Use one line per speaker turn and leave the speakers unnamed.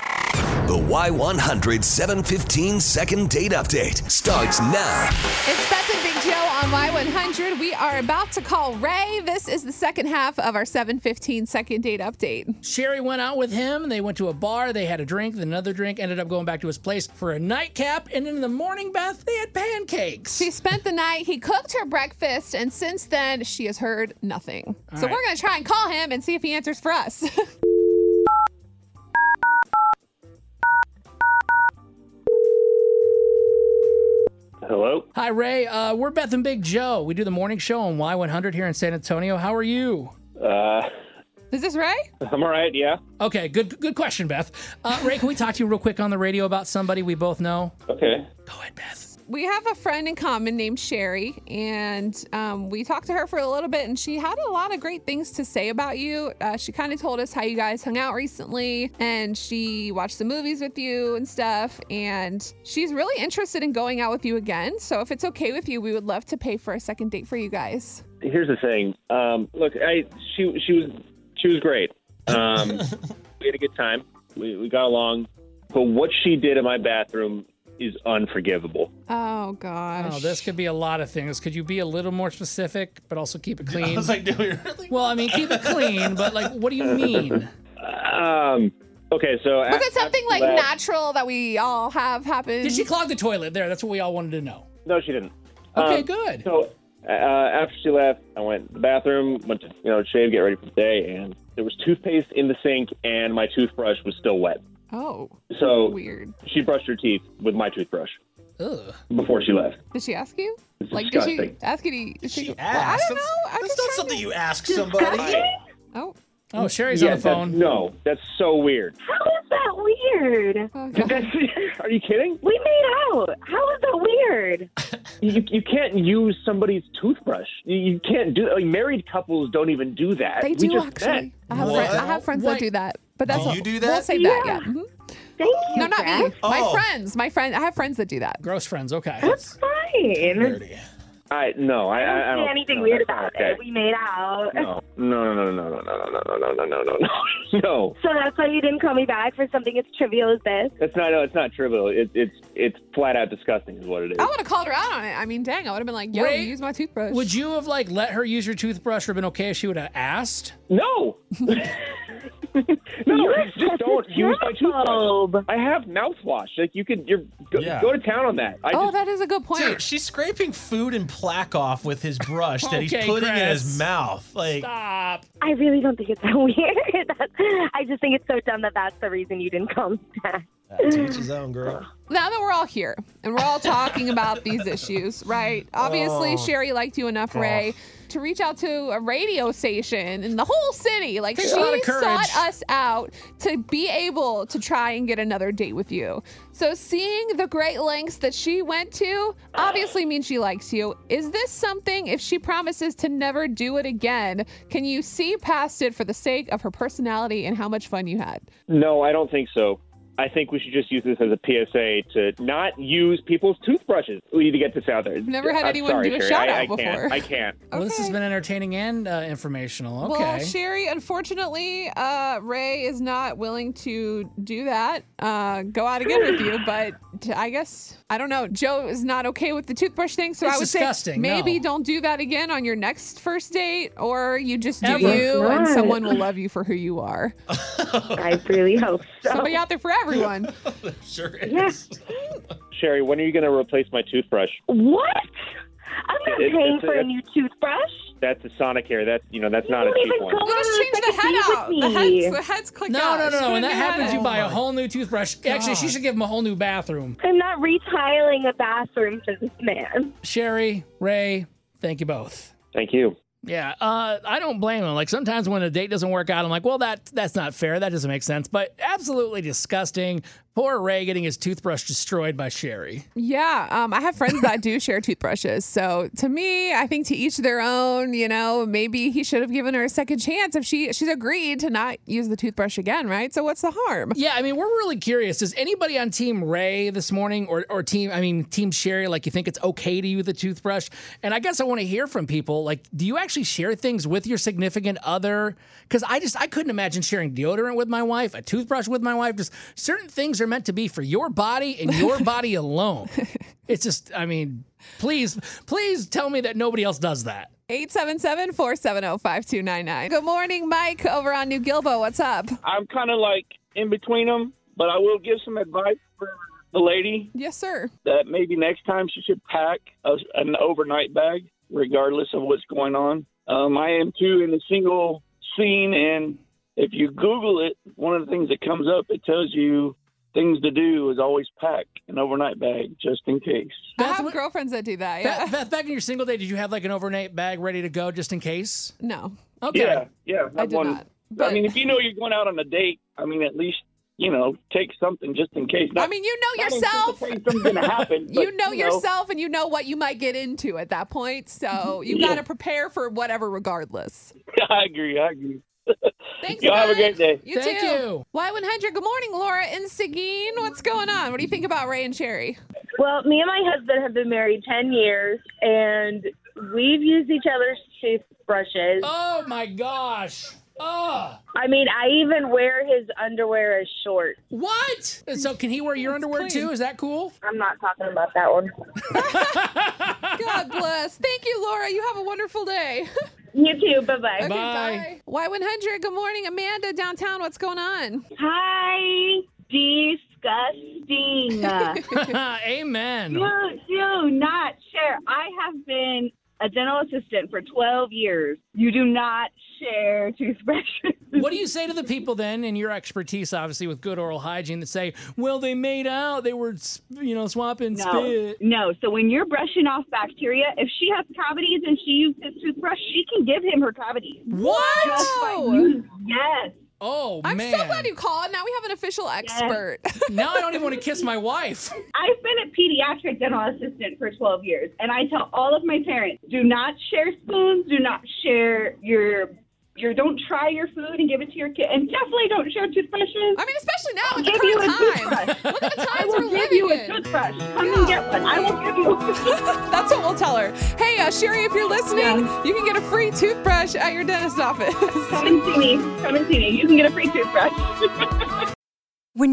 The Y100 715 second date update starts now.
It's Beth and Big Joe on Y100. We are about to call Ray. This is the second half of our 715 second date update.
Sherry went out with him. They went to a bar. They had a drink, then another drink. Ended up going back to his place for a nightcap. And in the morning, Beth, they had pancakes.
She spent the night. He cooked her breakfast, and since then, she has heard nothing. so
right.
we're going to try and call him and see if he answers for us.
Hello.
Hi, Ray. Uh, we're Beth and Big Joe. We do the morning show on Y100 here in San Antonio. How are you?
Uh,
is this Ray?
I'm all right. Yeah.
Okay, good good question, Beth. Uh, Ray, can we talk to you real quick on the radio about somebody we both know?
Okay.
Go ahead, Beth.
We have a friend in common named Sherry, and um, we talked to her for a little bit, and she had a lot of great things to say about you. Uh, she kind of told us how you guys hung out recently, and she watched the movies with you and stuff. And she's really interested in going out with you again. So if it's okay with you, we would love to pay for a second date for you guys.
Here's the thing. Um, look, I she she was she was great. Um, we had a good time. We we got along. But what she did in my bathroom is unforgivable.
Oh gosh.
Oh, this could be a lot of things. Could you be a little more specific, but also keep it
I
clean?
was like, do we really?
well, I mean, keep it clean, but like, what do you mean?
Um. Okay. So
was
after
it something like
that-
natural that we all have happen?
Did she clog the toilet? There, that's what we all wanted to know.
No, she didn't.
Okay,
Um,
good.
So uh, after she left, I went to the bathroom, went to you know shave, get ready for the day, and there was toothpaste in the sink, and my toothbrush was still wet.
oh,
So
weird.
she brushed her teeth with my toothbrush
Ugh.
before she left.
Did she ask you?
It's
Like, did
disgusting.
she ask you? to-
She
Well, I
asked.
don't know. I'm
That's, that's
just
not
trying
something
to-
you ask somebody.
Right.
Oh.
Oh, Sherry's
Yeah,
on the phone.
That's, no, that's so weird.
How is that weird?
Oh, God.
That's, are you kidding?
We made out. How is that weird?
You, you can't use somebody's toothbrush. You, you can't do. Like, married couples don't even do that.
They
We
do
just
actually.
met.
I have,
What?
friends, I have friends that
What?
do that, but that's
Do
all-
you do
We'll
that?
save that. Yeah.
Yeah.
mhm.
Thank you.
No, not me.
Jack.
My
Oh.
friends. My friend. I have friends that do that.
Gross friends. Okay.
That's fine.
Dirty.
I no. I, I, I don't
I don't see anything
no,
weird
that's not
about
okay.
it. We made out.
No, no, no, no, no, no, no, no, no, no, no, no, no, no.
So that's why you didn't call me back for something as trivial as this.
That's not. No, it's not trivial. It, it's it's flat out disgusting is what it is.
I would have called her out on it. I mean, dang, I would have been like, "Yo,
Ray,
use my toothbrush."
Would you have like let her use your toothbrush or been okay if she would have asked?
No. no, just don't use my toothbrush.
Germaphobe.
I have mouthwash. Like you could, you're go,
Yeah.
go to town on that. I
oh,
just,
that is a good point.
Dude, she's scraping food and plaque off with his brush that he's
Okay,
putting in
Chris.
his mouth. Like,
Stop.
I really don't think it's that weird. That- I just think it's so dumb that that's the reason you didn't call me back.
that teach his own girl.
now that we're all here and we're all talking about these issues, right? Obviously,
Oh,
Sherry liked you enough, Ray, to reach out to a radio station in the whole city. Like
Takes a lot
she
of courage.
sought us out to be able to try and get another date with you. So seeing the great lengths that she went to obviously means she likes you. Is this something if she promises to never do it again, can you see past it for the sake of her personality and how much fun you had?
No, I don't think so. I think we should just use this as a PSA to not use people's toothbrushes. We need to get this out there.
Never had
I'm
anyone
sorry,
do a
Sherry.
shout
I,
out
I
before.
Can't. I can't.
Well, this has
Okay.
been entertaining and uh, informational. Okay.
Well, Sherry, unfortunately, uh, Ray is not willing to do that. Uh, go out again with you, but t- I guess I don't know. Joe is not okay with the toothbrush thing, so
It's
I would say
disgusting,
maybe
no.
don't do that again on your next first date, or you just do
Ever.
you, and
Right.
someone will love you for who you are.
I really hope so.
Somebody out there for everyone.
Sure is.
Yes.
Sherry, when are you going to replace my toothbrush?
What? I'm not
It-
paying
it's a-
for a new toothbrush.
That's a Sonicare. That's you know that's not a
don't
cheap
even
one.
go-
You just change the head out. The head's, the head's click
no,
out.
no, no,
Just
no.
put
When
a
that
new head
happens, you
in.
buy a whole new toothbrush. Actually, she should give him a whole new bathroom.
I'm not retiling a bathroom for this man.
Sherry, Ray, thank you both.
Thank you.
Yeah, uh, I don't blame him. Like sometimes when a date doesn't work out, I'm like, well, that that's not fair. That doesn't make sense. But absolutely disgusting. Poor Ray getting his toothbrush destroyed by Sherry.
Yeah, um, I have friends that do share toothbrushes. So to me, I think to each their own. You know, maybe he should have given her a second chance if she she's agreed to not use the toothbrush again, right? So what's the harm?
Yeah, I mean, we're really curious. Does anybody on Team Ray this morning, or or Team, I mean, Team Sherry, like you think it's okay to use the toothbrush? And I guess I want to hear from people. Like, do you actually share things with your significant other? Because I just I couldn't imagine sharing deodorant with my wife, a toothbrush with my wife. Just certain things are are meant to be for your body and your body alone. It's just, I mean, please, please tell me that nobody else does that.
877 470 5299. Good morning, Mike, over on New Gilbo. What's up?
I'm kind of like in between them, but I will give some advice for the lady
Yes, sir.
that maybe next time she should pack a, an overnight bag, regardless of what's going on. Um, I am too in the single scene, and if you Google it, one of the things that comes up it tells you things to do is always pack an overnight bag just in case.
I
Beth,
have
what-
girlfriends that do that. Yeah.
Beth, Beth, back in your single day, did you have like an overnight bag ready to go just in case?
no,
Okay.
Yeah, yeah.
I did
one-
not. But
I mean, if you know you're going out on a date, I mean, at least you know take something just in case. Not-
I mean, you know
not
yourself.
anticipate Something's gonna happen.
You
but,
know yourself and you know what you might get into at that point. So you
Yeah.
got to prepare for whatever, regardless.
I agree. I agree.
Thanks.
Y'all have a
Mike.
great day.
You
Thank
too.
you.
Y100. Good morning, Laura and Seguin. What's going on? What do you think about Ray and Sherry?
Well, me and my husband have been married 10 years, and we've used each other's toothbrushes.
Oh my gosh. Oh,
I mean, I even wear his underwear as shorts.
what? So can he wear your underwear
clean.
too? Is that cool?
I'm not talking about that one.
God bless. Thank you, Laura. You have a wonderful day.
You too. Bye bye.
Bye.
Y100. Good morning, Amanda, downtown. What's going on?
Hi, disgusting.
Amen.
you do not share. I have been a dental assistant for 12 years. You do not share toothbrushes.
What do you say to the people then, in your expertise, obviously with good oral hygiene, that say, "Well, they made out. They were, s- you know, swapping
No,
spit."
no. So when you're brushing off bacteria, if she has cavities and she used his toothbrush, she can give him her cavities.
What?
Oh,
Yes.
Oh
I'm
man!
so glad you called. Now we have an official expert.
now I don't even want to kiss my wife.
I've been a pediatric dental assistant for 12 years, and I tell all of my parents, do not share spoons, do not share your your don't try your food and give it to your kid, and definitely don't share toothbrushes.
I mean, especially now at the
give you a
current time.
toothbrush.
Look at the
I
times
will
we're
give
living
you a
in.
toothbrush. Come and get one. I will give you. a-
That's what we'll tell her. Hey, uh, Sherry, if you're listening, you can get a free toothbrush at your dentist's office.
Come and see me. Come and see me. You can get a free toothbrush.
When